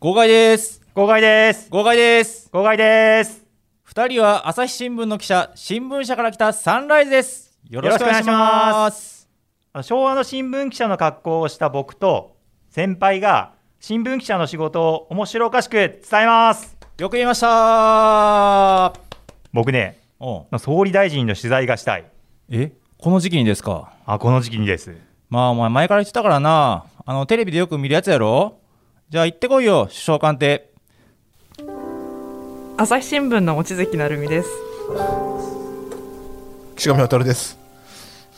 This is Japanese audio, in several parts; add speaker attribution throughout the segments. Speaker 1: 号外です
Speaker 2: 号外です
Speaker 1: 号外です
Speaker 2: 号外です
Speaker 1: 二人は朝日新聞の記者新聞社から来たサンライズですよろしくお願いします
Speaker 2: あの昭和の新聞記者の格好をした僕と先輩が新聞記者の仕事を面白おかしく伝えます
Speaker 1: よく言いました
Speaker 2: 僕ね
Speaker 1: おう
Speaker 2: 総理大臣の取材がしたい
Speaker 1: えこの時期にですか
Speaker 2: あこの時期にです
Speaker 1: まあお前前から言ってたからなあのテレビでよく見るやつやろじゃあ行ってこいよ首相官邸
Speaker 3: 朝日新聞の望月成美です。
Speaker 4: 岸上渉です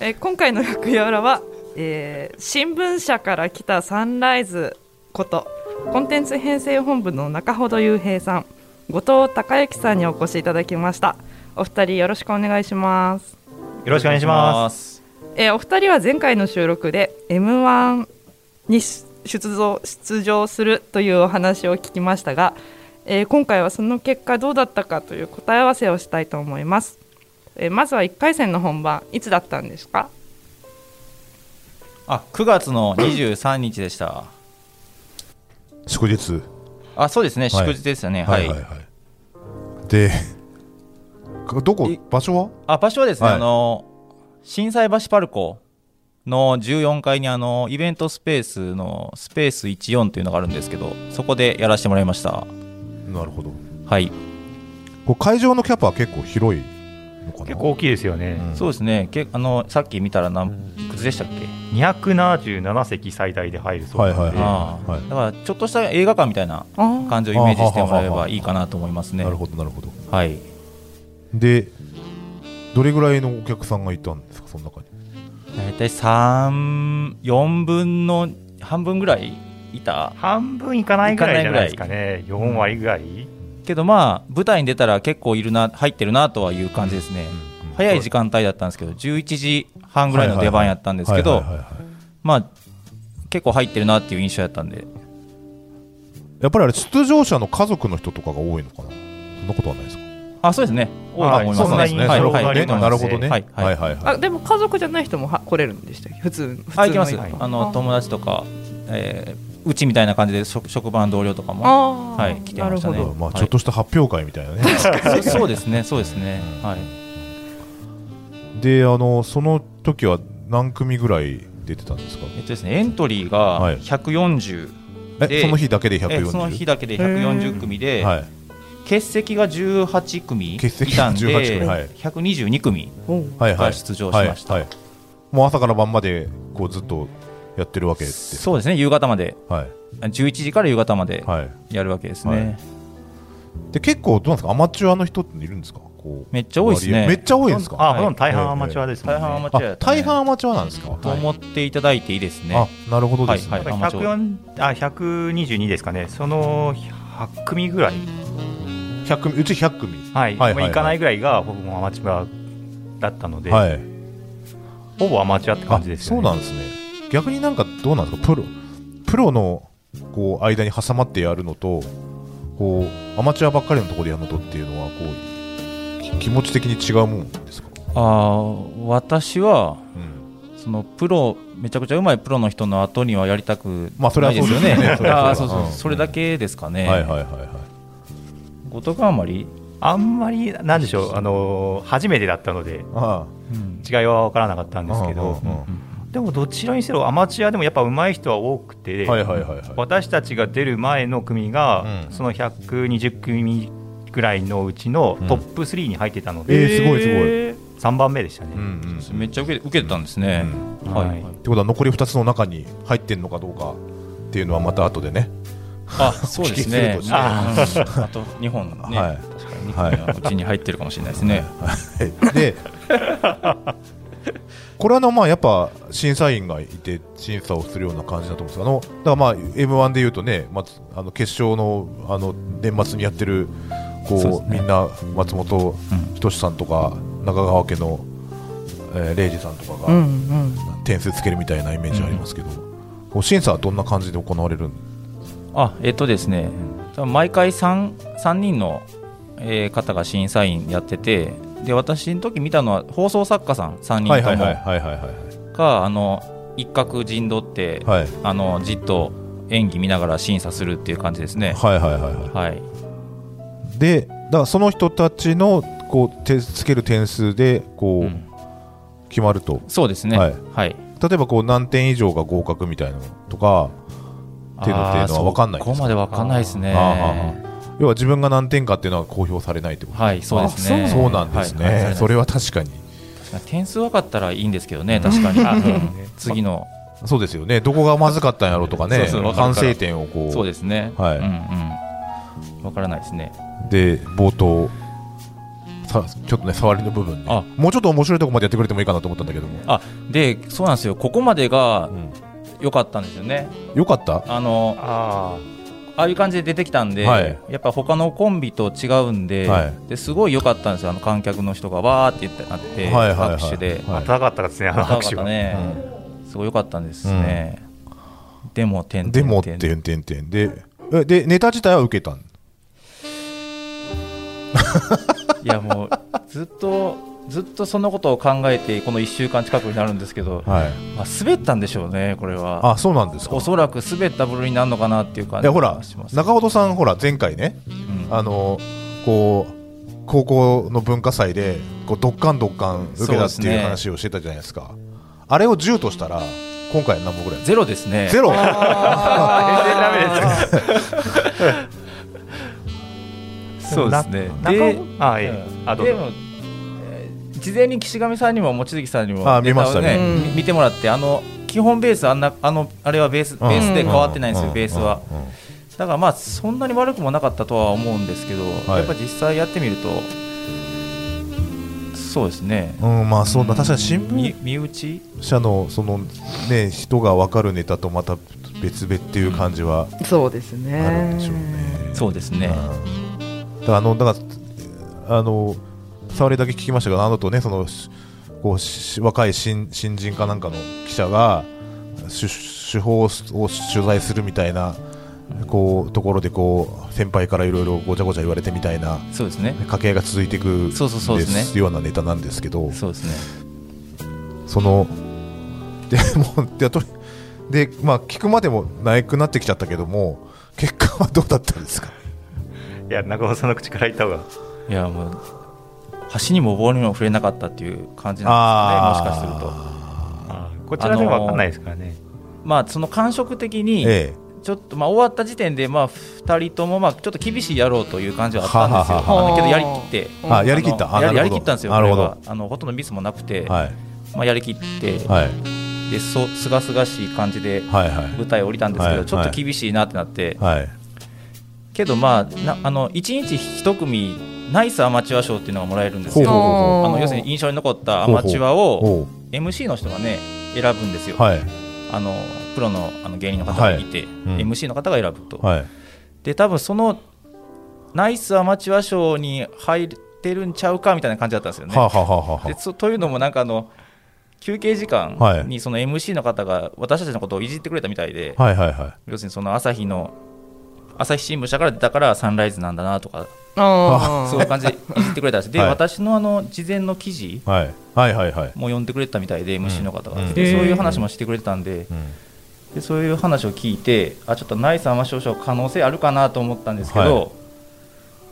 Speaker 3: えー今回の役やらは、えー新聞社から来たサンライズことコンテンツ編成本部の中ほど雄平さん、後藤孝之さんにお越しいただきました。お二人よろしくお願いします。
Speaker 2: よろしくお願いします
Speaker 3: えーお二人は前回の収録で M1 に出出場出場するというお話を聞きましたが、えー今回はその結果どうだったかという答え合わせをしたいと思います。えーまずは1回戦の本番いつだったんですか？
Speaker 1: あ9月の23日でした
Speaker 4: 祝日
Speaker 1: あそうですね
Speaker 4: はい
Speaker 1: 祝日でしたねはい、
Speaker 4: はいで どこ
Speaker 1: い
Speaker 4: 場所は
Speaker 1: あ場所はですね、
Speaker 4: はい
Speaker 1: あの震災橋パルコの14階にあのイベントスペースのスペース14というのがあるんですけどそこでやらせてもらいました
Speaker 4: なるほど
Speaker 1: はい、
Speaker 4: これ会場のキャパは結構広いのかな
Speaker 2: 結構大きいですよね、
Speaker 1: そうですねけあのさっき見たら何いくつでしたっけ、
Speaker 2: 277席最大で入るそうなので、
Speaker 4: はいはい
Speaker 1: ああ
Speaker 4: はい
Speaker 1: だからちょっとした映画館みたいな
Speaker 3: あー
Speaker 1: 感じをイメージしてもらえればいいかなと思いますね
Speaker 4: なるほどなるほど
Speaker 1: はい
Speaker 4: でどれぐらいのお客さんがいたんですかその中に
Speaker 1: 大体34分の半分ぐらいいた
Speaker 2: 半分いかないぐらいじゃないですかね4割ぐらい、
Speaker 1: けどまあ舞台に出たら結構いるな入ってるなとはいう感じですね、
Speaker 4: うんうん
Speaker 1: 早い時間帯だったんですけど11時半ぐらいの出番やったんですけ
Speaker 4: はい
Speaker 1: ど
Speaker 4: はいはいはい
Speaker 1: まあ結構入ってるなっていう印象やったんで
Speaker 4: やっぱりあれ出場者の家族の人とかが多いのかなそんなことはないですか
Speaker 1: あそうですね多いと思いますね
Speaker 2: そんな印象
Speaker 1: はい
Speaker 2: が
Speaker 1: はい
Speaker 2: ありますね
Speaker 4: なるほどね
Speaker 1: はいはい
Speaker 4: はいはいは
Speaker 3: あ
Speaker 4: い
Speaker 3: でも家族じゃない人もは来れるんでしたっけ普通普通の
Speaker 1: あ行きます
Speaker 3: 一般
Speaker 1: あの友達とか、えーうちみたいな感じで職職場の同僚とか
Speaker 3: あ
Speaker 1: も
Speaker 3: ー
Speaker 1: はい来てましたね
Speaker 3: なるほど
Speaker 4: まあちょっとした発表会みたいなね
Speaker 1: そ そうですねそうですねはい
Speaker 4: であのその時は何組ぐらい出てたんですか
Speaker 1: えっとですねエントリーが
Speaker 4: はい
Speaker 1: 140、で
Speaker 4: えその日だけで
Speaker 1: え
Speaker 4: 140
Speaker 1: その日だけで140組で、
Speaker 4: はい
Speaker 1: 欠席が18組い
Speaker 4: 欠席
Speaker 1: たんで
Speaker 4: 18組はい
Speaker 1: 122組
Speaker 3: おう
Speaker 4: はいは
Speaker 1: が
Speaker 4: い
Speaker 1: 出場しました、
Speaker 4: はいはいもう朝から晩までこうずっとやってるわけです
Speaker 1: そうですね夕方まで
Speaker 4: はい
Speaker 1: あ11時から夕方まで
Speaker 4: はい
Speaker 1: やるわけですね、
Speaker 4: はいで結構どうなんですかアマチュアの人っているんですかこう
Speaker 1: めっちゃ多いですね
Speaker 4: 割合めっちゃ多いんですか
Speaker 1: は
Speaker 2: あ
Speaker 1: い
Speaker 2: ほとんど大半アマチュアですもん
Speaker 1: 大
Speaker 2: ね、
Speaker 1: 半アマチュアや
Speaker 4: あ
Speaker 1: ったね
Speaker 4: 大半アマチュアなんですか
Speaker 1: と思っていただいていいですね、
Speaker 4: あなるほどですね
Speaker 1: はいはいアマチュア
Speaker 2: 104あ122ですかねその8組ぐらい
Speaker 4: 100組うち100組
Speaker 2: はい、
Speaker 4: はい
Speaker 2: まあ行かないぐらいがほぼアマチュアだったので、
Speaker 4: はい
Speaker 2: ほぼアマチュアって感じですよね。
Speaker 4: あそうなんですね逆になんかどうなんですかプロプロのこう間に挟まってやるのとこうアマチュアばっかりのところでやるのとっていうのはこうき気持ち的に違うもんですか、
Speaker 1: あー私は
Speaker 4: うん、
Speaker 1: そのプロめちゃくちゃうまいプロの人の後にはやりたく
Speaker 4: まあそれ
Speaker 1: な
Speaker 4: はい
Speaker 1: で
Speaker 4: そう
Speaker 1: す
Speaker 4: で
Speaker 1: よ
Speaker 4: すね
Speaker 1: ね
Speaker 4: それは
Speaker 1: あーそうそう
Speaker 4: うん
Speaker 1: それだけですかね、
Speaker 4: はいはいはいはい
Speaker 1: 後藤君はあんまり、
Speaker 2: あんまり、なんでしょう、あのー初めてだったので、
Speaker 4: あ
Speaker 1: うん
Speaker 2: 違いは分からなかったん
Speaker 4: あ
Speaker 2: ですけど、
Speaker 4: うんうんうん
Speaker 2: でもどちらにせよ、アマチュアでもやっぱ上手い人は多くて、
Speaker 4: はいはいはいはい
Speaker 2: 私たちが出る前の組が、
Speaker 4: うん
Speaker 2: その120組ぐらいのうちのトップ3に入ってたので、
Speaker 4: えーすごいすごい
Speaker 3: え
Speaker 2: 3番目でした
Speaker 4: う
Speaker 2: ね。
Speaker 4: んうんっ
Speaker 1: めっちゃ受け受けてたんですね、
Speaker 2: うん
Speaker 1: はい、
Speaker 2: はい
Speaker 4: てことは残り2つの中に入ってんのかどうかっていうのはまた後でね
Speaker 1: あそうですね
Speaker 4: 聞きすぎると
Speaker 1: ああと2本ね、
Speaker 4: はい
Speaker 1: 確かに2本はうちに入ってるかもしれないですね、
Speaker 4: でこれはあのまあやっぱ審査員がいて審査をするような感じだと思うんですけどあのだからまあ m 1でいうとね、まあ、あの決勝のあの年末にやってる
Speaker 1: そ
Speaker 4: こ
Speaker 1: うで
Speaker 4: う
Speaker 1: すね
Speaker 4: みんな松本人志さんとか中川家の、えー、礼二さんとか
Speaker 3: ーうん
Speaker 4: が
Speaker 3: うん。
Speaker 4: 点数つけるみたいなイメージありますけど、こう審査はどんな感じで行われるん
Speaker 1: あえっとですね多分毎回 3, 三人の、えー方が審査員やっててで私の時見たのは放送作家さん3人ともが、
Speaker 4: はいはい
Speaker 1: あの一角陣取って、
Speaker 4: はい
Speaker 1: あのじっと演技見ながら審査するっていう感じですね。
Speaker 4: はいはいはいは
Speaker 1: はい、
Speaker 4: いでだからその人たちのこう手つける点数でこう、
Speaker 1: うん
Speaker 4: 決まると
Speaker 1: そうですね。
Speaker 4: は
Speaker 1: はいい。
Speaker 4: 例えばこう何点以上が合格みたいなのとかっていうのっていうのは分かんないん
Speaker 1: あー
Speaker 4: ですか
Speaker 1: そこまで分かんないですね。
Speaker 4: あー要は自分が何点かっていうのは公表されないってこと
Speaker 1: はい、そうですね。
Speaker 3: あ
Speaker 4: そうなんですね、
Speaker 1: はいはい
Speaker 4: それは確かに
Speaker 1: 点数分かったらいいんですけど ね、確かに。うん次の、
Speaker 4: そうですよねどこがまずかったんやろうとかね
Speaker 1: そうそう
Speaker 4: 反省点をこう
Speaker 1: そうですね。
Speaker 4: はい
Speaker 1: うんうん。分からないですね。
Speaker 4: で冒頭さちょっとね触りの部分ね
Speaker 1: あ
Speaker 4: もうちょっと面白いとこまでやってくれてもいいかなと思ったんだけども、
Speaker 1: あ、で、そうなんですよ。ここまでが
Speaker 4: うん
Speaker 1: 良かったんですよね。
Speaker 4: よかった
Speaker 1: あの、
Speaker 2: あ
Speaker 1: ああいう感じで出てきたんで、
Speaker 4: はい
Speaker 1: やっぱ他のコンビと違うんで、
Speaker 4: は
Speaker 1: ですごい良かったんですよ、あの観客の人がわーって言ってなって、
Speaker 4: はいはいはい
Speaker 1: 拍手で、
Speaker 2: あ、
Speaker 4: はい
Speaker 2: 高かったですね、あの
Speaker 1: 高
Speaker 2: 拍
Speaker 1: かっ
Speaker 2: 手
Speaker 1: た
Speaker 2: が。
Speaker 1: ね、すごい良かったんですね。でも、点
Speaker 4: でも、
Speaker 1: 点
Speaker 4: 点
Speaker 1: 々
Speaker 4: 点点で、えで、ネタ自体は受けたん
Speaker 1: いやもう、ずっと、ずっとそのことを考えて、この1週間近くになるんですけど、
Speaker 4: はい。
Speaker 1: まあ、滑ったんでしょうね、これは。
Speaker 4: あ、そうなんですか
Speaker 1: お。そらく滑った部類になるのかなっていう感
Speaker 4: いや、
Speaker 1: じ
Speaker 4: ほら
Speaker 1: がしま、す。
Speaker 4: 中本さん、ほら、前回ね、
Speaker 1: うん
Speaker 4: あの、こう、高校の文化祭で、こう、どっかんどっかん受けたって
Speaker 1: そうです
Speaker 4: いう
Speaker 1: ね
Speaker 4: 話をしてたじゃないですか。あれを10としたら、今回何本ぐらい
Speaker 1: ゼロですね。
Speaker 4: ゼロ
Speaker 2: 全然ダメですよ。
Speaker 1: そうですね。
Speaker 2: 中尾ああ、いえあ、どう
Speaker 1: で
Speaker 2: ぞ。
Speaker 1: も、えー事前に岸上さんにも望月さんにも
Speaker 4: あ
Speaker 1: ネタを
Speaker 4: 見ましたね
Speaker 3: うん
Speaker 1: み見てもらってあの基本ベースあんなあのあれはベースベースで変わってないんですよ、ベースは、。
Speaker 4: うんうんうんうん
Speaker 1: だからまあそんなに悪くもなかったとは思うんですけど、
Speaker 4: い
Speaker 1: やっぱ実際やってみるとそうですね
Speaker 4: うん、まあ、そうだ、確かに新
Speaker 1: み
Speaker 4: 聞
Speaker 1: 身内
Speaker 4: 社の、その、ね、人が分かるネタとまた別々っていう感じは
Speaker 3: そうです
Speaker 4: あ
Speaker 3: ね
Speaker 4: るんでしょうね。
Speaker 1: そうですね、
Speaker 4: うんだからあのだからあの触りだけ聞きましたけどあのとねそのしこうし若い新新人かなんかの記者が手手法を取材するみたいなこうところでこう先輩からいろいろごちゃごちゃ言われてみたいな
Speaker 1: そうですね
Speaker 4: 家計が続いていく
Speaker 1: そうそうそうですね
Speaker 4: ようなネタなんですけど
Speaker 1: そうですね
Speaker 4: そのでもうでとでまあ聞くまでもないくなってきちゃったけども結果はどうだったんですか
Speaker 2: いや、中尾さんの口から言った方が。
Speaker 1: いやもう橋にも棒にも触れなかったっていう感じなんですかねもしかすると
Speaker 2: あーこちらでは分かんないですからね。
Speaker 1: まあその感触的に、
Speaker 4: ええ
Speaker 1: ちょっとまあ終わった時点でまあ2人ともまあちょっと厳しいやろうという感じはあったんですよ、
Speaker 4: はは
Speaker 3: はは
Speaker 1: あのけどやりきって、
Speaker 3: あ
Speaker 1: の
Speaker 4: やりきったあ
Speaker 1: や
Speaker 4: なるほど
Speaker 1: やりきったんですよ、
Speaker 4: なるほど
Speaker 1: これはあのほとんどミスもなくて、
Speaker 4: はい
Speaker 1: まあ、やりきって、
Speaker 4: はい
Speaker 1: でそすがすがしい感じで
Speaker 4: はいはい
Speaker 1: 舞台降りたんですけど、
Speaker 4: はい
Speaker 1: ちょっと厳しいなってなって、
Speaker 4: はい
Speaker 1: けど、まあ、なあの1日1組、ナイスアマチュア賞っていうのがもらえるんです
Speaker 4: ほうほ
Speaker 1: よ、
Speaker 4: う
Speaker 1: あ
Speaker 3: ほう
Speaker 1: の要するに印象に残ったアマチュアを
Speaker 4: おう
Speaker 1: MC の人がね、選ぶんですよ、
Speaker 4: はい
Speaker 1: あのプロのあの芸人の方がいて、
Speaker 4: うん
Speaker 1: MC の方が選ぶと。
Speaker 4: はい
Speaker 1: で多分そのナイスアマチュア賞に入ってるんちゃうかみたいな感じだったんですよね。
Speaker 4: はあはあはあはあ
Speaker 1: でそというのもなんかあの休憩時間
Speaker 4: はい
Speaker 1: にその MC の方が私たちのことをいじってくれたみたいで、
Speaker 4: はいはいは
Speaker 1: 要するにその朝日の朝日新聞社から出たからサンライズなんだなとか
Speaker 3: あ
Speaker 1: そういう感じでいじってくれたんですで、
Speaker 4: はい
Speaker 1: 私のあの事前の記事
Speaker 4: いはいはいはいはい
Speaker 1: も読んでくれてたみたいで MC の方が、
Speaker 4: うん
Speaker 1: で
Speaker 3: へー
Speaker 1: そういう話もしてくれてたんで
Speaker 4: うん
Speaker 1: でそういう話を聞いてあちょっとナイスアマチュア賞可能性あるかなと思ったんですけど、
Speaker 4: は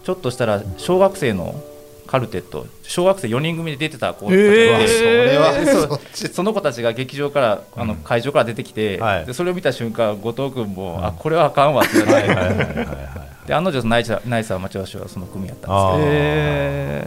Speaker 1: ちょっとしたら小学生のカルテット小学生4人組で出てた子たちが
Speaker 3: えー
Speaker 1: で
Speaker 3: それは
Speaker 1: そうその子たちが劇場からあの会場から出てきて、
Speaker 4: はい
Speaker 1: でそれを見た瞬間後藤君も、あこれはあかんわって言われて
Speaker 4: はいはいはいはい
Speaker 1: で案の定ナイスナイスアマチュア賞はその組やったん
Speaker 4: あー
Speaker 3: え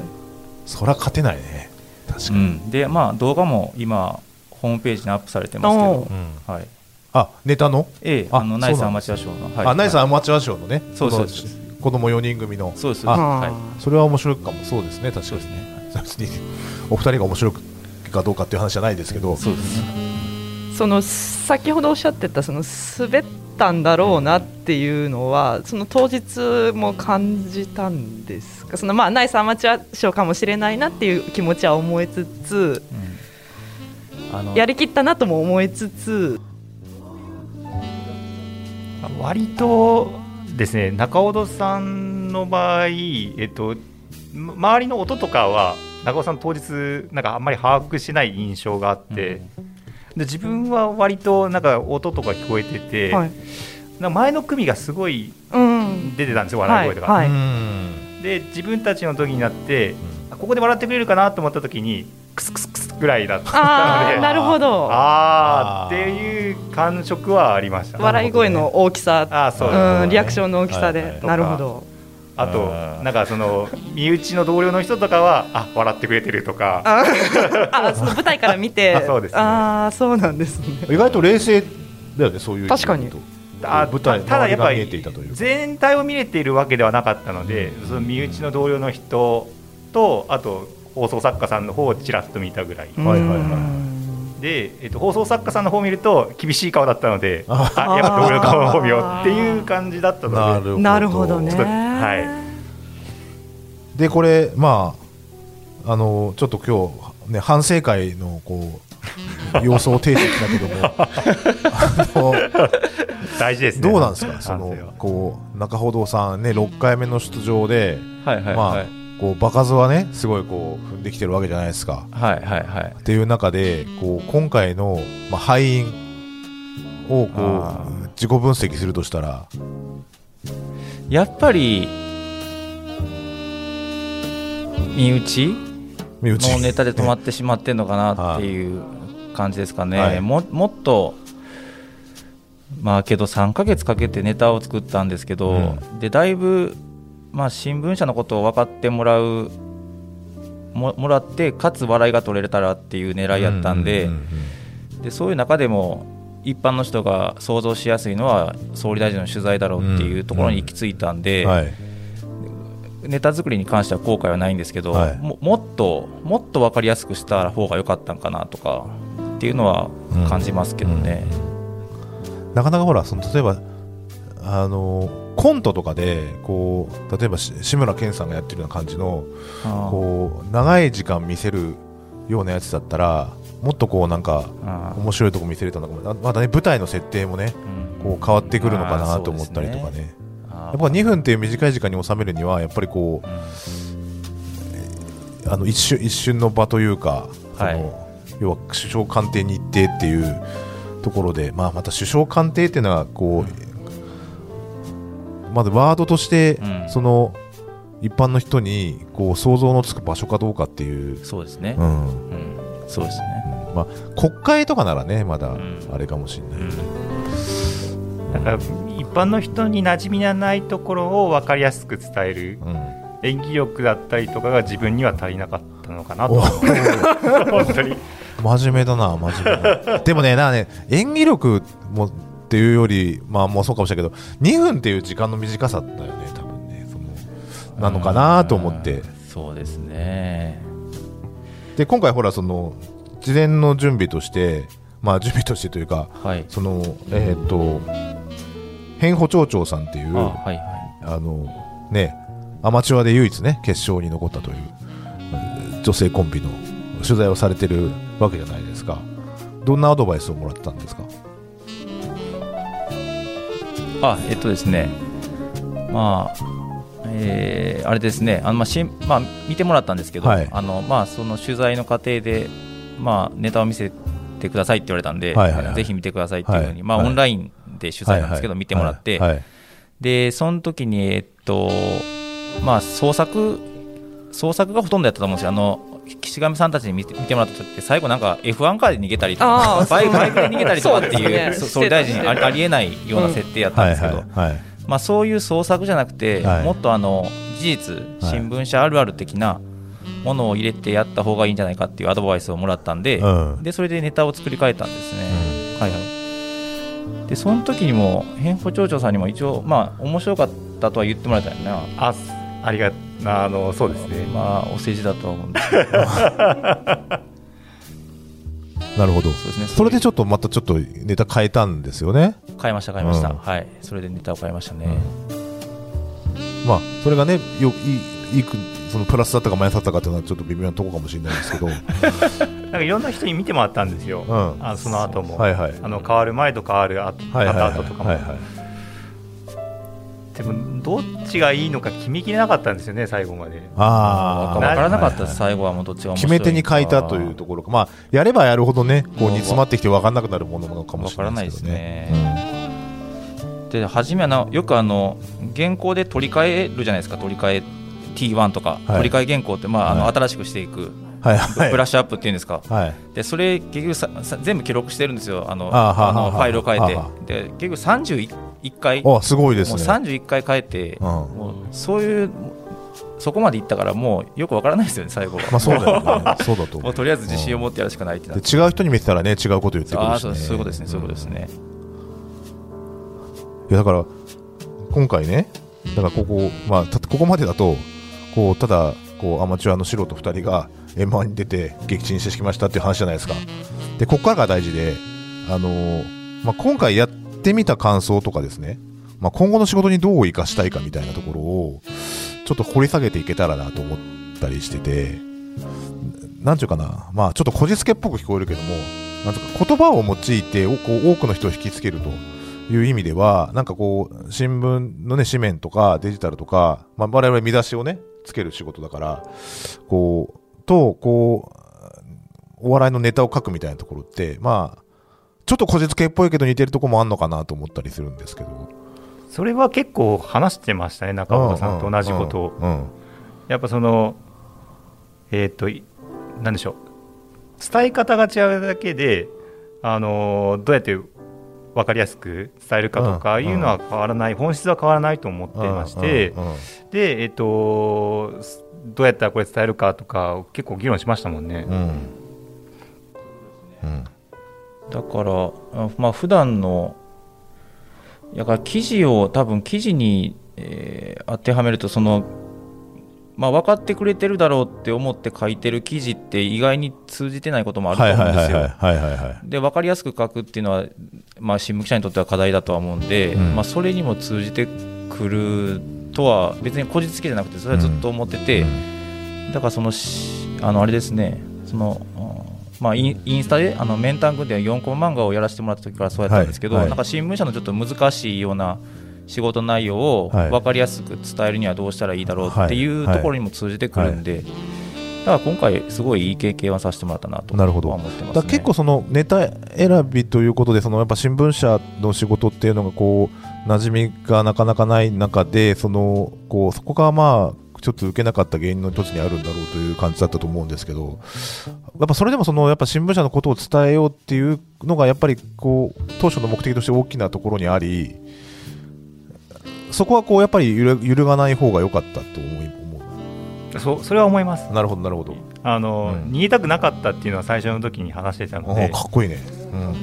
Speaker 4: そりゃ勝てないね確
Speaker 1: です
Speaker 4: か
Speaker 1: けど、
Speaker 4: に
Speaker 1: うんでまあ動画も今ホームページにアップされてますけ
Speaker 3: お
Speaker 1: ど
Speaker 3: う、
Speaker 4: うん
Speaker 1: はい、
Speaker 4: あネタの
Speaker 1: ええ
Speaker 4: あ
Speaker 1: あのナイ
Speaker 4: そう
Speaker 1: ス
Speaker 4: な
Speaker 1: ア
Speaker 4: ん
Speaker 1: マ
Speaker 4: で
Speaker 1: チュア賞の、はい
Speaker 4: あナイスアマチュア賞のね
Speaker 1: そう
Speaker 4: こ
Speaker 1: そ
Speaker 4: の
Speaker 1: うです
Speaker 4: 子供4人組の
Speaker 1: そうです
Speaker 4: あ
Speaker 1: はい
Speaker 4: それは面白いかもそうですね確かにね別に お二人が面白いかどうかっていう話じゃないですけど
Speaker 1: そうです
Speaker 3: その先ほどおっしゃってたその滑ったんだろうなっていうのはその当日も感じたんですかそのまあナイスアマチュア賞かもしれないなっていう気持ちは思いつつ
Speaker 1: あの
Speaker 3: やりきったなとも思いつつ
Speaker 2: 割とですね、中尾さんの場合、えっと、ま周りの音とかは、中尾さん当日、なんかあんまり把握しない印象があって、で自分は割となんか音とか聞こえてて、
Speaker 3: はい
Speaker 2: なんか前の組がすごい
Speaker 3: うん
Speaker 2: 出てたんですよ、笑い声とか。
Speaker 3: はい
Speaker 4: うん
Speaker 2: で、自分たちの時になって、あここで笑ってくれるかなと思った時に、クスクスクスぐらいだったので、
Speaker 3: ああなるほど
Speaker 2: あー
Speaker 4: あー
Speaker 2: っていう感触はありました。
Speaker 3: 笑い声の大きさ、
Speaker 2: あーそうです
Speaker 3: うん、リアクションの大きさで、
Speaker 4: はいはい
Speaker 3: なるほど
Speaker 2: あと
Speaker 4: あー
Speaker 2: なんかその身内の同僚の人とかはあ笑ってくれてるとか
Speaker 3: ああその舞台から見て
Speaker 2: あそうですね
Speaker 3: あーそうなんですね
Speaker 4: 意外と冷静だよねそういう意味
Speaker 3: 確
Speaker 4: で
Speaker 3: かに
Speaker 4: 言うと
Speaker 2: あ
Speaker 4: 舞台
Speaker 2: たただやっぱ
Speaker 4: 周りが見えていたとい
Speaker 2: り
Speaker 4: うか
Speaker 2: 全体を見れているわけではなかったのでその身内の同僚の人とあと放送作家さんの方をちらっと見たぐらい、
Speaker 4: はいはいはい
Speaker 3: うん
Speaker 2: で、えっと、放送作家さんの方を見ると厳しい顔だったので
Speaker 4: あ
Speaker 2: あやっぱ同僚顔の方を見ようっていう感じだった ので
Speaker 4: なるほど
Speaker 3: なるほどね
Speaker 2: ちょっとはい
Speaker 4: でこれまああのちょっと今日ね反省会のこう様相を呈してきたけどもあ
Speaker 2: 大事です
Speaker 4: の
Speaker 2: ね
Speaker 4: どうなんですかそ
Speaker 2: 反省は
Speaker 4: のこう中ほどさんね6回目の出場で、
Speaker 1: はいはい
Speaker 4: まあ、
Speaker 1: はい
Speaker 4: こう場数はねすごいこう踏んできてるわけじゃないですか
Speaker 1: はいはいはい
Speaker 4: っていう中でこう今回の、まあ、敗因をこ
Speaker 1: あ
Speaker 4: う自己分析するとしたら
Speaker 1: やっぱり身内
Speaker 4: 身内
Speaker 1: のネタで止まってしまってんのかなっていう感じですかね、
Speaker 4: はい
Speaker 1: ももっとまあけど3ヶ月かけてネタを作ったんですけど、でだいぶ、まあ、新聞社のことを分かってもらうももらってかつ笑いが取れたらっていう狙いやったんで,、
Speaker 4: うう
Speaker 1: でそういう中でも一般の人が想像しやすいのは総理大臣の取材だろうっていうところに行き着いたん
Speaker 4: う
Speaker 1: で、
Speaker 4: んはい
Speaker 1: ネタ作りに関しては後悔はないんですけど、
Speaker 4: はい
Speaker 1: ももっともっと分かりやすくした方が良かったんかなとかっていうのは感じますけどね。
Speaker 4: なかなかほらその例えばあのコントとかでこう例えばし志村けんさんがやってるような感じの
Speaker 1: あー
Speaker 4: こう長い時間見せるようなやつだったらもっとこうなんか
Speaker 1: あー
Speaker 4: 面白いとこ見せれたのかもあまたね舞台の設定もね
Speaker 1: うん
Speaker 4: こう変わってくるのか
Speaker 1: あ
Speaker 4: な
Speaker 1: ー
Speaker 4: と思ったりとか
Speaker 1: そうです
Speaker 4: ね
Speaker 1: あ
Speaker 4: や
Speaker 1: ー
Speaker 4: っぱ2分っていう短い時間に収めるにはやっぱりこうあの一瞬一瞬の場というか、
Speaker 1: はい
Speaker 4: その要は首相官邸に行ってっていうところで、まあ、また首相官邸っていうのはこうまずワードとして、
Speaker 1: うん
Speaker 4: その一般の人にこう想像のつく場所かどうかっていう、
Speaker 1: そうですね
Speaker 4: う、んうん
Speaker 1: うんそうですね、
Speaker 4: まあ、国会とかならねまだ
Speaker 1: ん
Speaker 4: あれかもしれない、
Speaker 2: なんか一般の人に馴染みがないところを分かりやすく伝える
Speaker 4: うん
Speaker 2: 演技力だったりとかが自分には足りなかったのかなと
Speaker 4: お
Speaker 2: 本当に
Speaker 4: 真面目だな真面目だな でもねなんかね演技力もっていうよりまあもうそうかもしれないけど2分っていう時間の短さだよね多分ねそのなのかなと思って
Speaker 1: うんそうですね
Speaker 4: で今回ほらその事前の準備としてまあ準備としてというか
Speaker 1: はい
Speaker 4: そのえーっ、と変補長長さんってい
Speaker 1: あ
Speaker 4: うあ
Speaker 1: はいは
Speaker 4: のねアマチュアで唯一ね決勝に残ったという女性コンビの取材をされてるわけじゃないですかどんなアドバイスをもらったんですか
Speaker 1: いあえっとですねまあえーあれですねあの、まあしんまあ、見てもらったんですけど、
Speaker 4: はい
Speaker 1: あのまあ、その取材の過程で、まあ、ネタを見せてくださいって言われたんで、
Speaker 4: はいはいはい
Speaker 1: ぜひ見てくださいっていうふうに、
Speaker 4: はい
Speaker 1: まあ、
Speaker 4: はい
Speaker 1: オンラインで取材なんですけど、見てもらって、
Speaker 4: はいはい
Speaker 1: でその時にえっとまあ創作創作がほとんどやったと思うんですよあの岸上さんたちに見て見てもらった時って最後なんか F1 カーで逃げたりと
Speaker 3: あ
Speaker 1: か
Speaker 3: ー
Speaker 1: バイクバ
Speaker 3: そう
Speaker 1: イクで逃げたりとかって
Speaker 3: そうで
Speaker 1: いう
Speaker 3: す
Speaker 1: そ総
Speaker 3: ね
Speaker 1: 理大臣ありありえないような設定やったんですけど、
Speaker 4: はいはい
Speaker 1: まあ、そういう創作じゃなくて、
Speaker 4: はい
Speaker 1: もっとあの事実
Speaker 4: はい
Speaker 1: 新聞社あるある的なものを入れてやった方がいいんじゃないかっていうアドバイスをもらったんで、
Speaker 4: はいうん
Speaker 1: でそれでネタを作り変えたんですね。はいはい、でその時にも変補町長さんにも一応まあ面白かったとは言ってもらえたよな、
Speaker 2: あありがあのそうですね
Speaker 1: まあ、お世辞だとは思うんですけど
Speaker 4: なるほど
Speaker 1: そうですね
Speaker 4: それでちょっとまたちょっとネタ変えたんですよね
Speaker 1: 変えました変えました、
Speaker 4: うん
Speaker 1: はいそれでネタを変えましたね、
Speaker 4: まあそれがねよいいいくそのプラスだったかマイナスだったかっていうのはちょっと微妙なとこかもしれないですけ ど、う
Speaker 2: なんかいろんな人に見てもらったんですよ、
Speaker 4: ん、は
Speaker 2: あその後も、
Speaker 4: いはい
Speaker 2: あの変わる前と変わる後
Speaker 4: はいはいはい
Speaker 2: 後とかも、
Speaker 4: はいはい
Speaker 2: でもどっちがいいのか決めきれなかったんですよね最後まで
Speaker 1: わか
Speaker 4: ああ
Speaker 1: わからなかったで
Speaker 4: はいは
Speaker 1: す、
Speaker 4: い
Speaker 1: 最後はもうどっちが面
Speaker 4: 決
Speaker 1: 白い
Speaker 4: め手に変えたというところかまあやればやるほどねこう煮詰まってきて分かんなくなるものなのかも
Speaker 1: わ
Speaker 4: し
Speaker 1: か
Speaker 4: れ
Speaker 1: ら
Speaker 4: な
Speaker 1: ないいで
Speaker 4: で
Speaker 1: すす
Speaker 4: けどね
Speaker 1: ね、でで初めはなよくあの原稿で取り替えるじゃないですか取り替え T1 とか、
Speaker 4: はい
Speaker 1: 取り替え原稿って、まああの
Speaker 4: はい
Speaker 1: 新しくしていく、
Speaker 4: はいはい
Speaker 1: ブラッシュアップっていうんですか、
Speaker 4: はい
Speaker 1: でそれ結局ささ全部記録してるんですよあのあ
Speaker 4: あーはーはーは
Speaker 1: の
Speaker 4: ー
Speaker 1: ファイルを変
Speaker 4: はーは
Speaker 1: えてで結局31回も
Speaker 4: あすごいです
Speaker 1: う
Speaker 4: ね
Speaker 1: 31回変えて、
Speaker 4: うん
Speaker 1: もうそういうそこまでいったからもうよくわからないですよね最後は、
Speaker 4: まあそうだよねそうだと
Speaker 1: も
Speaker 4: 思
Speaker 1: う
Speaker 4: う
Speaker 1: とりあえず自信を持ってやるしかないってなって
Speaker 4: で違う人に見てたらね違うこと言ってく
Speaker 1: あ
Speaker 4: る
Speaker 1: あ
Speaker 4: し
Speaker 1: そう
Speaker 4: ね
Speaker 1: そういうことですねそういうことですね、
Speaker 4: いやだから今回ねだからここまあたここまでだとこうただこうアマチュアの素人2人が M1 に出て撃沈してきましたっていう話じゃないですかでここからが大事であのーまあ、今回やってみた感想とかですね、まあ、今後の仕事にどう生かしたいかみたいなところをちょっと掘り下げていけたらなと思ったりしててなんていうかなまあちょっとこじつけっぽく聞こえるけどもなんていうか言葉を用いておこう多くの人を引きつけるという意味では、なんかこう、新聞のね、紙面とかデジタルとか、まあ、我々見出しをね、つける仕事だから、こう、と、こう、お笑いのネタを書くみたいなところって、まあ、ちょっとこじつけっぽいけど似てるとこもあんのかなと思ったりするんですけど。
Speaker 2: それは結構話してましたね中岡さんと同じことを
Speaker 4: うん。うん
Speaker 2: やっぱそのえっ、といなんでしょう伝え方が違うだけであのーどうやって分かりやすく伝えるかとか
Speaker 4: うん
Speaker 2: いうのは変わらない、本質は変わらないと思ってまして、
Speaker 4: うんうんうん
Speaker 2: でえっ、とすどうやったらこれ伝えるかとかを結構議論しましたもんね、
Speaker 4: うん。うん。
Speaker 1: だから、あまあ普段の、だから記事を、多分記事に、えー当てはめると、その、まあ、分かってくれてるだろうって思って書いてる記事って意外に通じてないこともあると
Speaker 4: はい
Speaker 1: 思
Speaker 4: は
Speaker 1: うん
Speaker 4: い
Speaker 1: で
Speaker 4: は
Speaker 1: す
Speaker 4: いはい
Speaker 1: よ。
Speaker 4: はいはいはい。
Speaker 1: で分かりやすく書くっていうのは、まあ、新聞記者にとっては課題だとは思うんで、
Speaker 4: うん
Speaker 1: まあ、それにも通じてくるとは別にこじつけじゃなくてそれはずっと思ってて、
Speaker 4: うん
Speaker 1: だからそのしあのあれですねその、うんまあ、インインスタであのメンタン君で4コマ漫画をやらせてもらった時からそうやったんですけど、
Speaker 4: はいはい
Speaker 1: なんか新聞社のちょっと難しいような仕事内容を
Speaker 4: はい
Speaker 1: 分かりやすく伝えるにはどうしたらいいだろうっていう
Speaker 4: はい
Speaker 1: ところにも通じてくるんで、だから今回すごいいい経験はさせてもらったなと
Speaker 4: なるほど
Speaker 1: は思ってます、ね、
Speaker 4: だから結構そのネタ選びということでそのやっぱ新聞社の仕事っていうのがこう馴染みがなかなかない中でそのこうそこがまあちょっと受けなかった原因の一つにあるんだろうという感じだったと思うんですけどやっぱそれでもそのやっぱ新聞社のことを伝えようっていうのがやっぱりこう当初の目的として大きなところにありそこはこうやっぱり揺る揺るがない方が良かったと思い思
Speaker 2: そそれは思います
Speaker 4: うなるほどなるほど
Speaker 2: あのー、
Speaker 4: うん
Speaker 2: 逃げたくなかったっていうのは最初の時に話してたの
Speaker 4: あ
Speaker 2: で
Speaker 4: あかっこいいね、うん、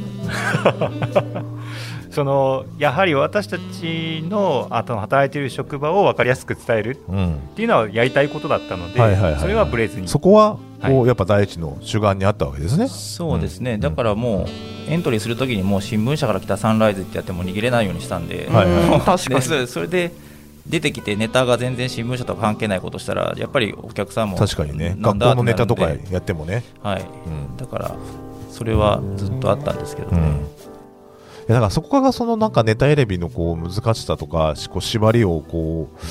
Speaker 2: そのやはり私たちのあと働いている職場を分かりやすく伝える
Speaker 4: うん
Speaker 2: っていうのはやりたいことだったので、
Speaker 4: はいはいはいはい
Speaker 2: それはブレずに
Speaker 4: そこはこう、
Speaker 2: は
Speaker 4: やっぱ第一の主眼にあったわけですね。
Speaker 1: そうですね、
Speaker 4: うん
Speaker 1: だからもうエントリーするときにもう新聞社から来たサンライズってやっても逃げれないようにしたんで、
Speaker 4: は いはい
Speaker 3: うん確か
Speaker 1: で
Speaker 3: に
Speaker 1: それそれで出てきてネタが全然新聞社と関係ないことしたらやっぱりお客さんも
Speaker 4: 確かにね、
Speaker 1: なん
Speaker 4: 学
Speaker 1: だ
Speaker 4: 校のネタと
Speaker 1: っ
Speaker 4: か
Speaker 1: てなるんで
Speaker 4: やってもね。
Speaker 1: はい、
Speaker 4: うん
Speaker 1: だからそれはずっとあったんですけど
Speaker 4: うん
Speaker 1: ね、
Speaker 4: いやだからそこがそのなんかネタ選びのこう難しさとかしこう縛りをこう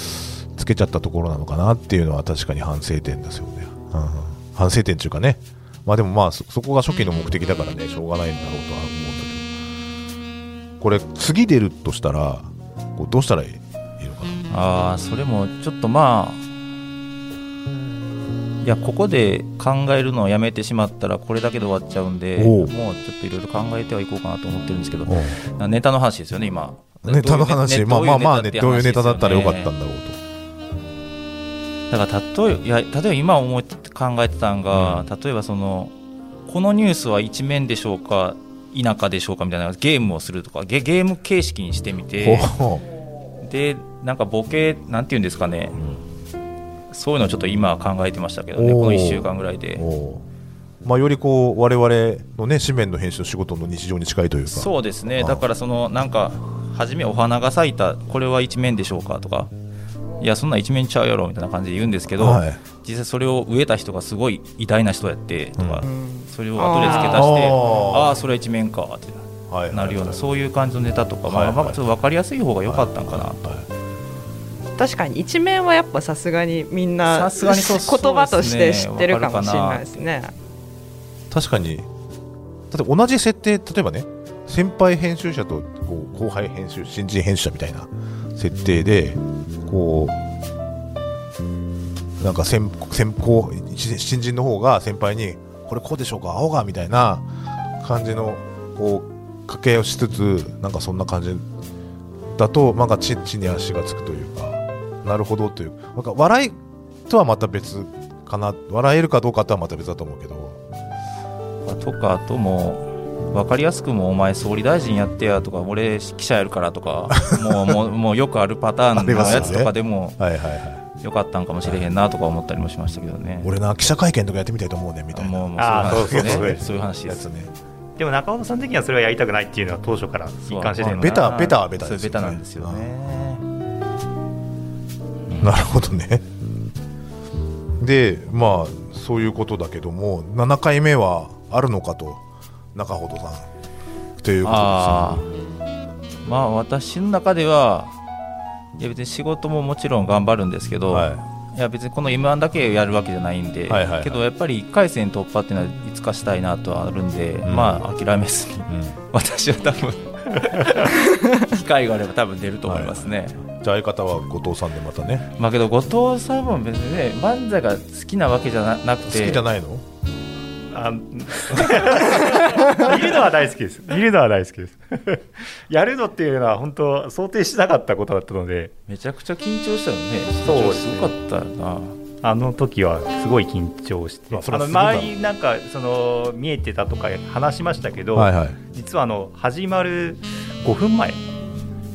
Speaker 4: つけちゃったところなのかなっていうのは確かに反省点ですよね、うん、反省点というかねまあでもまあそそこが初期の目的だからねしょうがないんだろうとは思うんだけどこれ次出るとしたらこうどうしたらいいのかな
Speaker 1: ああそれもちょっとまあいやここで考えるのをやめてしまったらこれだけで終わっちゃうんで
Speaker 4: お
Speaker 1: も
Speaker 4: う
Speaker 1: うちょっといろいろ考えてはいこうかなと思ってるんですけど
Speaker 4: うん
Speaker 1: ネタの話ですよね今
Speaker 4: ネタの話、
Speaker 1: どういう
Speaker 4: まあまあまあ
Speaker 1: ネ
Speaker 4: ね、
Speaker 1: タ
Speaker 4: どういうネタだったらよかった
Speaker 1: っ
Speaker 4: んだろう
Speaker 1: て話ですよねだから例えばいや例えば今思い考えてたんが、例えばそのこのニュースは一面でしょうか否かでしょうかみたいなゲームをするとかゲゲーム形式にしてみ
Speaker 4: と。
Speaker 1: て
Speaker 4: ほ
Speaker 1: でなんかボケなんていうんですかね、そういうのをちょっと今考えてましたけどね
Speaker 4: おー
Speaker 1: この1週間ぐらいで
Speaker 4: うおうまあ、よりこう我々のね紙面の編集の仕事の日常に近いというか
Speaker 1: そうですね
Speaker 4: あ
Speaker 1: だからそのなんか初めお花が咲いたこれは一面でしょうかとかいやそんな一面ちゃうやろみたいな感じで言うんですけど、
Speaker 4: はい
Speaker 1: 実際それを植えた人がすごい偉大な人やってとか、
Speaker 3: うん
Speaker 1: それを後で付け足して
Speaker 4: あー
Speaker 1: ああーそれは一面かって
Speaker 4: はいはい
Speaker 1: なるようなそういう感じのネタとか、まあ
Speaker 4: はいはい
Speaker 1: まあちょっと分かりやすい方が良かったんかなと。
Speaker 4: はい
Speaker 3: 確かに一面はやっぱさすがにみん
Speaker 1: さ
Speaker 3: な
Speaker 1: すがにそう
Speaker 3: 言葉として知ってる
Speaker 1: そ
Speaker 3: か
Speaker 1: うですねわ
Speaker 3: もしれ
Speaker 1: かるかな
Speaker 3: ないですね。
Speaker 4: 確かに例えば同じ設定例えばね先輩編集者とこう後輩編集新人編集者みたいな設定でこうなんか先先後一新人の方が先輩にこれこうでしょうか青がみたいな感じのこう掛け合いをしつつなんかそんな感じだとなんかち地に足がつくというかなるほどというなんか笑いとはまた別かな笑えるかどうかとはまた別だと思うけど
Speaker 1: とかあとも分かりやすくもうお前総理大臣やってやとか俺記者やるからと かもうもうもうよくあるパターンのやつとかでも
Speaker 4: はいはいはい
Speaker 1: よかったんかもしれへんなとか思ったりもしましたけどね。
Speaker 4: 俺な記者会見とかやってみたいと思うねみたいな
Speaker 1: もうもう
Speaker 2: あー
Speaker 1: そういう話
Speaker 4: そう
Speaker 1: で
Speaker 4: です
Speaker 1: ね。
Speaker 4: す
Speaker 1: そういう話で
Speaker 4: や
Speaker 1: す
Speaker 4: つ。ね
Speaker 2: でも中尾さん的にはそれはやりたくないっていうのは当初から一貫して
Speaker 1: そう
Speaker 2: たよ
Speaker 1: まあ
Speaker 2: ね
Speaker 4: ベタベタはベタ
Speaker 1: そう
Speaker 4: で
Speaker 1: いうベ
Speaker 4: すよね
Speaker 1: タなんですよね。
Speaker 4: なるほどねでまあそういうことだけども7回目はあるのかと中ほどさんということ
Speaker 1: ああまあ私の中ではいや別に仕事ももちろん頑張るんですけど、
Speaker 4: はい
Speaker 1: い、や別にこの m 1だけやるわけじゃないんで、
Speaker 4: はいはいはい
Speaker 1: けどやっぱり1回戦突破っていうのはいつかしたいなとはあるんで、
Speaker 4: ん
Speaker 1: まあ諦めず に
Speaker 4: ですね、
Speaker 1: 私は多分機会があれば多分出ると思いますね、
Speaker 4: うんじゃあ相方は後藤さんでまたね
Speaker 1: まあけど後藤さんも別にね漫才が好きなわけじゃななく
Speaker 4: 好
Speaker 1: て
Speaker 4: きじゃないの
Speaker 2: あ見るのは大好きです見るのは大好きです やるのっていうのは本当想定しなかったことだったので
Speaker 1: めちゃくちゃ緊張したよね
Speaker 2: そう
Speaker 1: 緊張
Speaker 2: ですすね
Speaker 1: ごかったよな、
Speaker 2: あの時はすごい緊張して、
Speaker 4: まあそれ
Speaker 2: あ
Speaker 4: は
Speaker 2: の
Speaker 4: するだろう
Speaker 2: 周りなんかその見えてたとか話しましたけど、
Speaker 4: はい
Speaker 2: 実はあの始まる5分前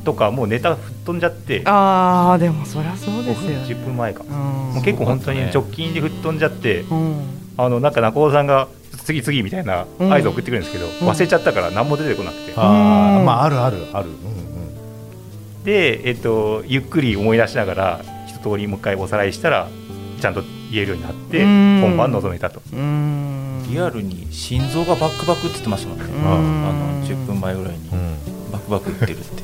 Speaker 2: とかもうネタ吹っ飛んじゃって
Speaker 3: あーでもそりゃそう
Speaker 2: 5
Speaker 3: ですよ
Speaker 2: 分
Speaker 3: ね
Speaker 2: 10分前かも
Speaker 3: うん
Speaker 2: う結構本当に
Speaker 1: そうだね
Speaker 2: 直近で吹っ飛んじゃって、
Speaker 3: うん
Speaker 2: あのなんか中尾さんがちょっと次次みたいな
Speaker 3: うん
Speaker 2: 合図を送ってくるんですけど、
Speaker 3: ん
Speaker 2: 忘れちゃったから何も出てこなくて、
Speaker 4: あ
Speaker 3: う
Speaker 4: あ
Speaker 3: ん
Speaker 4: まああるあるある、うんうん、
Speaker 2: で、えっと、ゆっくり思い出しながら一通りもう一回おさらいしたらちゃんと言えるようになって
Speaker 3: うん
Speaker 2: 本番臨めたと
Speaker 3: うん
Speaker 1: リアルに心臓がバックバクって言ってましたもんね、
Speaker 3: うん
Speaker 1: あの10分前ぐらいに
Speaker 4: うん
Speaker 1: バクバク打ってるって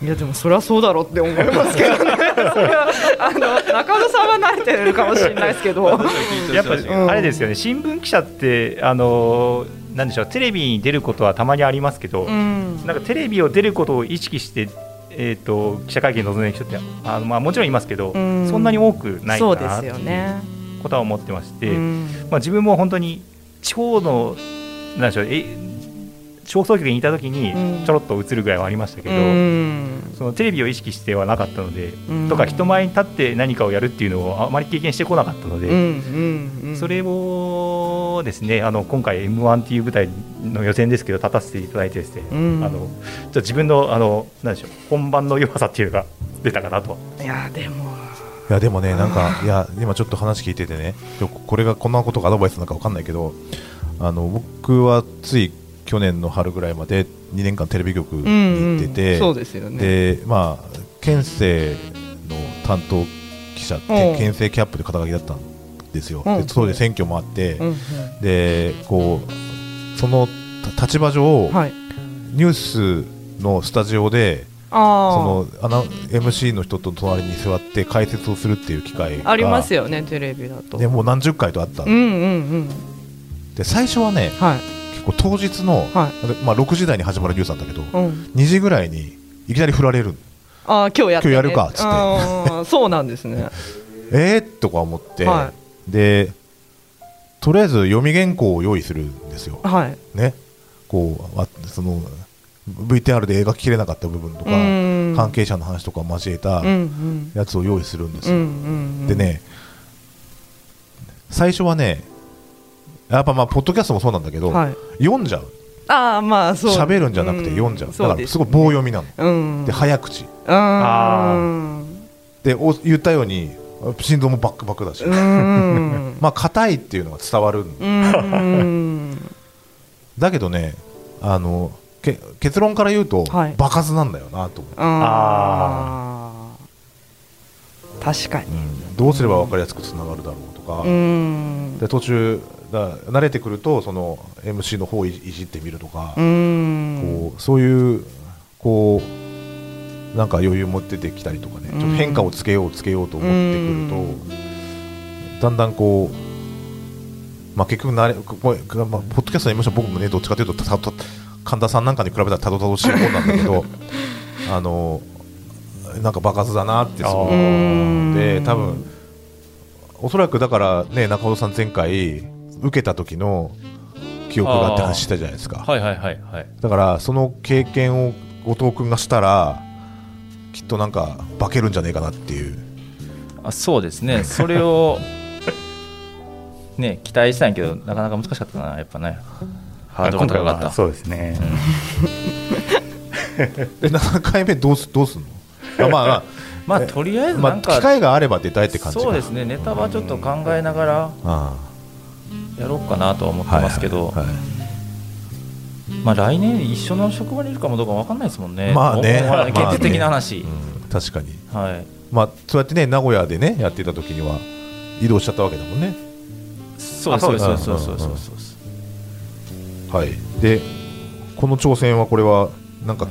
Speaker 3: いやでもそりゃそうだろって思いますけどねそれはあの中野さんは慣れてるかもしれないですけ ど
Speaker 2: やっぱ、
Speaker 3: ようん
Speaker 2: あれですよね新聞記者ってあのなんでしょうテレビに出ることはたまにありますけど、
Speaker 3: うん
Speaker 2: なんかテレビを出ることを意識して、えー、と記者会見に臨んでる人ってあの、まあ、もちろんいますけど、
Speaker 3: うん
Speaker 2: そんなに多くない
Speaker 3: そ
Speaker 2: か
Speaker 3: うで
Speaker 2: なっ
Speaker 3: す
Speaker 2: てい
Speaker 3: よ
Speaker 2: う
Speaker 3: ね
Speaker 2: ことは思ってまして、
Speaker 3: うん
Speaker 2: まあ、自分も本当に地方のなんでしょうえ地方総局にいた時
Speaker 3: う
Speaker 2: に
Speaker 3: ん
Speaker 2: ちょろっと映るぐらいはありましたけど、
Speaker 3: うん
Speaker 2: そのテレビを意識してはなかったので、
Speaker 3: うん
Speaker 2: とか人前に立って何かをやるっていうのをあまり経験してこなかったので。
Speaker 3: うんうんうん
Speaker 2: それをですねあの今回 m 1っていう舞台の予選ですけど立たせていただいてですね、
Speaker 3: うん
Speaker 2: あのちょっと自分のあのなんでしょう本番の弱さっていうのが出たかなと
Speaker 3: いやでも
Speaker 4: いやでもね、なんか、いや、今ちょっと話聞いててね、ちょこれがこんなことがアドバイスなのかわかんないけど、あの僕はつい去年の春ぐらいまで2年間テレビ局に行ってて、
Speaker 3: そうですよね
Speaker 4: でまあ、県政の担当記者って、県政キャップで肩書きだったんですよ、
Speaker 3: うん
Speaker 4: で当時選挙もあって、
Speaker 3: うん
Speaker 4: でこうそのた立場上、
Speaker 3: うんはい
Speaker 4: ニュースのスタジオで、
Speaker 3: ああ
Speaker 4: そのアナ MC の人と隣に座って解説をするっていう機会が
Speaker 3: ありますよねテレビだと
Speaker 4: でもう何十回とあった、
Speaker 3: うんうんうん
Speaker 4: で最初はね
Speaker 3: はい
Speaker 4: 結構当日の、
Speaker 3: は
Speaker 4: まあ、6時台に始まるニュースなんだけど、
Speaker 3: うん
Speaker 4: 2時ぐらいにいきなり振られる
Speaker 3: ああ今日やってね
Speaker 4: 今日やるかっつって
Speaker 3: ああそうなんです ね
Speaker 4: えー、とか思って、
Speaker 3: は
Speaker 4: でとりあえず読み原稿を用意するんですよ、
Speaker 3: はい
Speaker 4: ね、こうあその VTR で描ききれなかった部分とか
Speaker 3: うん
Speaker 4: 関係者の話とか交えた
Speaker 3: うんうん
Speaker 4: やつを用意するんです
Speaker 3: うんう
Speaker 4: よ、
Speaker 3: んうん
Speaker 4: でね最初はねやっぱまあポッドキャストもそうなんだけど、
Speaker 3: はい
Speaker 4: 読んじゃう
Speaker 3: ああまあそう
Speaker 4: 喋るんじゃなくて読んじゃう、だからすごい棒読みなの、
Speaker 3: うん
Speaker 4: で早口
Speaker 3: あ
Speaker 4: でお言ったように心臓もバックバックだし、
Speaker 3: うん
Speaker 4: まあ硬いっていうのが伝わるん
Speaker 3: うん
Speaker 4: だけどねあのけ結論から言うと、
Speaker 3: はい
Speaker 4: 場数なんだよなと思う、
Speaker 3: ああ確かに
Speaker 4: うんどうすれば分かりやすくつながるだろうとか、
Speaker 3: うん
Speaker 4: で途中だ慣れてくるとその MC の方をいいじってみるとか、
Speaker 3: うん
Speaker 4: こうそういうこうなんか余裕持っててきたりとかね、
Speaker 3: うん
Speaker 4: ちょっと変化をつけようつけようと思ってくると、だんだんこう、まあ、結局慣れここまあポッドキャストの MC は僕もねどっちかというとたたた神田さんなんかに比べたらたどたどしい方なんだけ どあのなんか場数だなってすごい思っ
Speaker 3: あ
Speaker 4: て
Speaker 3: ー
Speaker 4: 多分おそらくだからね中尾さん前回受けた時の記憶があって話したじゃないですか、
Speaker 1: はいはいはいはい
Speaker 4: だからその経験を後藤君がしたらきっとなんか化けるんじゃねえかなっていう
Speaker 1: あそうですねそれをね期待したんやけどなかなか難しかったなやっぱねハードルが高かった
Speaker 2: そうですね、
Speaker 4: え7回目どうすどうすんのあまあ まあ
Speaker 1: まあとりあえず
Speaker 4: ま
Speaker 1: な
Speaker 4: あ
Speaker 1: ん
Speaker 4: 機
Speaker 1: か、
Speaker 4: 会があれば出たいって感じか
Speaker 1: そうですねネタはちょっと考えながら
Speaker 4: あ
Speaker 1: やろうかなとは思って
Speaker 4: あ
Speaker 1: ますけど、
Speaker 4: はいはいはい
Speaker 1: まあ来年一緒の職場にいるかもどうかわかんないですもんね
Speaker 4: まあね
Speaker 1: もう
Speaker 4: まあね
Speaker 1: 現実的な話、
Speaker 4: うん確かに
Speaker 1: はい
Speaker 4: まあそうやってね名古屋でねやってた時には移動しちゃったわけだもんね
Speaker 1: そうですそで
Speaker 2: あそううですす
Speaker 1: そうですそうです
Speaker 4: うん
Speaker 1: そううんですそうです
Speaker 4: はいでこの挑戦はこれはなんか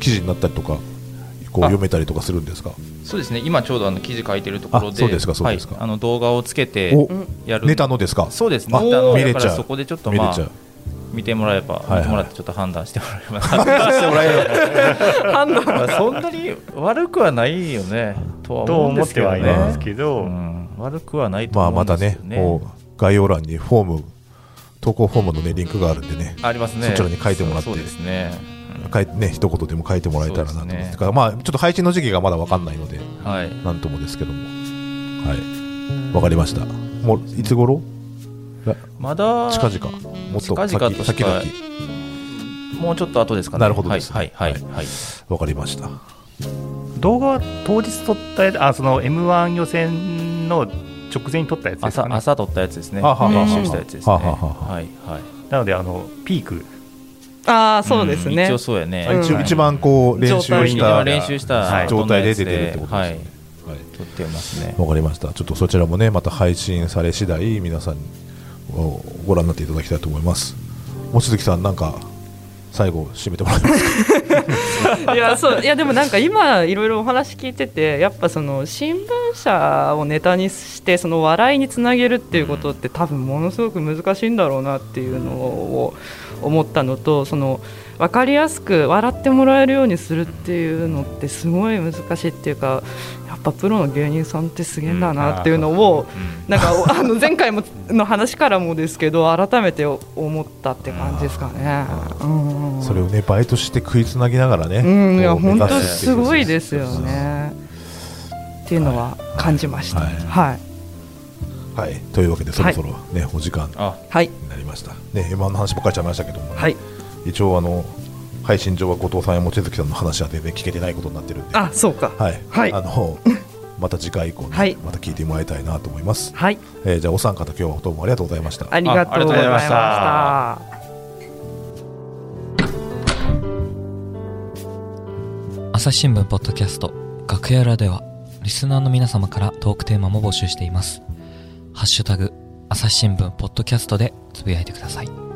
Speaker 4: 記事になったりとかこう
Speaker 1: あ
Speaker 4: 読めたりとかするんですか
Speaker 1: そうですね今ちょうどあの記事書いてるところで
Speaker 4: あそうですかそうですか
Speaker 1: はい、あの動画をつけて
Speaker 4: お
Speaker 1: やる
Speaker 4: ネタのですか
Speaker 1: そうですね
Speaker 4: あ
Speaker 1: ネタの
Speaker 4: 見れ
Speaker 1: だか
Speaker 4: ちゃ
Speaker 1: ら
Speaker 4: う
Speaker 1: そこでちょっと
Speaker 4: 見れ
Speaker 1: まあ
Speaker 4: ちゃう
Speaker 1: 見てもらえば、
Speaker 4: いはい
Speaker 1: 見てもらってちょっと判断してもらえば判断してもらえ
Speaker 3: 判断
Speaker 1: ば そんなに悪くはないよねとは
Speaker 2: と
Speaker 1: 思うん
Speaker 2: 思
Speaker 1: で
Speaker 2: っ
Speaker 1: すけ
Speaker 2: て
Speaker 1: ど
Speaker 2: は
Speaker 1: ね
Speaker 2: いますけど、
Speaker 1: うん、悪くはないと
Speaker 4: まあ
Speaker 1: 思う
Speaker 4: ま
Speaker 1: んで
Speaker 4: た
Speaker 1: すよね,、
Speaker 4: ねこう概要欄にフォーム投稿フォームのねリンクがあるんでね
Speaker 1: ありますね
Speaker 4: そちらに書いてもらって
Speaker 1: そうそうですね、
Speaker 4: 書いね一言でも書いてもらえたらなと思って、
Speaker 1: そうですね
Speaker 4: だからまあちょっと配信の時期がまだわかんないので
Speaker 1: うんはい
Speaker 4: なんともですけどもはいわかりましたもういつ頃ら
Speaker 1: まだ
Speaker 4: 近々もっと
Speaker 1: 近々とし
Speaker 4: 先先
Speaker 1: か
Speaker 4: 々
Speaker 1: もうちょっと後ですかね
Speaker 4: なるほどですね
Speaker 1: はいはいはい、はい
Speaker 4: わかりました
Speaker 2: 動画は当日撮ったやつあその m 1予選の直前に撮ったやつですか
Speaker 1: 朝
Speaker 2: ね
Speaker 1: 朝撮ったやつですね
Speaker 4: あはは
Speaker 1: 練習したやつですね
Speaker 4: ははは
Speaker 1: はいはい
Speaker 2: なのであのピーク
Speaker 3: ああそうです
Speaker 1: ん
Speaker 3: ね
Speaker 1: 一応。そうやね、
Speaker 4: あ一応
Speaker 1: はい
Speaker 4: 一番こう練習
Speaker 3: 状態
Speaker 4: し
Speaker 1: 一
Speaker 4: た
Speaker 1: 番
Speaker 4: はい
Speaker 1: 練習した
Speaker 4: 状態で出て
Speaker 1: どんな
Speaker 4: る
Speaker 1: や
Speaker 4: っ
Speaker 1: つ
Speaker 4: てこと
Speaker 1: はい
Speaker 4: ですねはい
Speaker 1: 撮ってますね
Speaker 4: わかりましたちょっとそちらもねまた配信され次第皆さんにおご覧になっていただきたいと思います望月さんなんか最後締めてもらえ ますか
Speaker 3: いやそういやでもなんか今いろいろお話聞いててやっぱその新聞社をネタにしてその笑いにつなげるっていうことって多分ものすごく難しいんだろうなっていうのを思ったのとその分かりやすく笑ってもらえるようにするっていうのってすごい難しいっていうかやっぱプロの芸人さんってすげえんだなっていうのをなんかおあの前回もの話からもですけど改めて思ったって感じですかね。うんうん
Speaker 4: それをねバイトして食いつなぎながらね、
Speaker 3: うん、いや
Speaker 4: こう目
Speaker 3: 本
Speaker 4: 指
Speaker 3: 当
Speaker 4: すって
Speaker 3: す
Speaker 4: う
Speaker 3: ごいですよね。っていうのは感じました。
Speaker 4: はい
Speaker 3: はい。
Speaker 4: はいというわけでそろそろね、お時間に
Speaker 1: あ
Speaker 3: はい。
Speaker 4: なりましたね M1 の話ばっかりしちゃいましたけども、
Speaker 3: はい。
Speaker 4: 一応あの配信上は後藤さんや望月さんの話は全然聞けてないことになってるんで
Speaker 3: あ、そうか。
Speaker 4: はい、
Speaker 3: はい
Speaker 4: あのまた次回以降、ね
Speaker 3: はい
Speaker 4: また聞いてもらいたいなと思います、
Speaker 3: はい。
Speaker 4: えーじゃあお三方今日はどうもありがとうございました
Speaker 3: ありが
Speaker 1: ああ
Speaker 3: と
Speaker 1: りがと
Speaker 3: う
Speaker 1: う
Speaker 3: ご
Speaker 1: ござ
Speaker 3: ざい
Speaker 1: い
Speaker 3: ま
Speaker 1: ま
Speaker 3: し
Speaker 1: したた。
Speaker 5: 朝日新聞ポッドキャスト楽屋裏ではリスナーの皆様からトークテーマも募集していますハッシュタグ朝日新聞ポッドキャストでつぶやいてください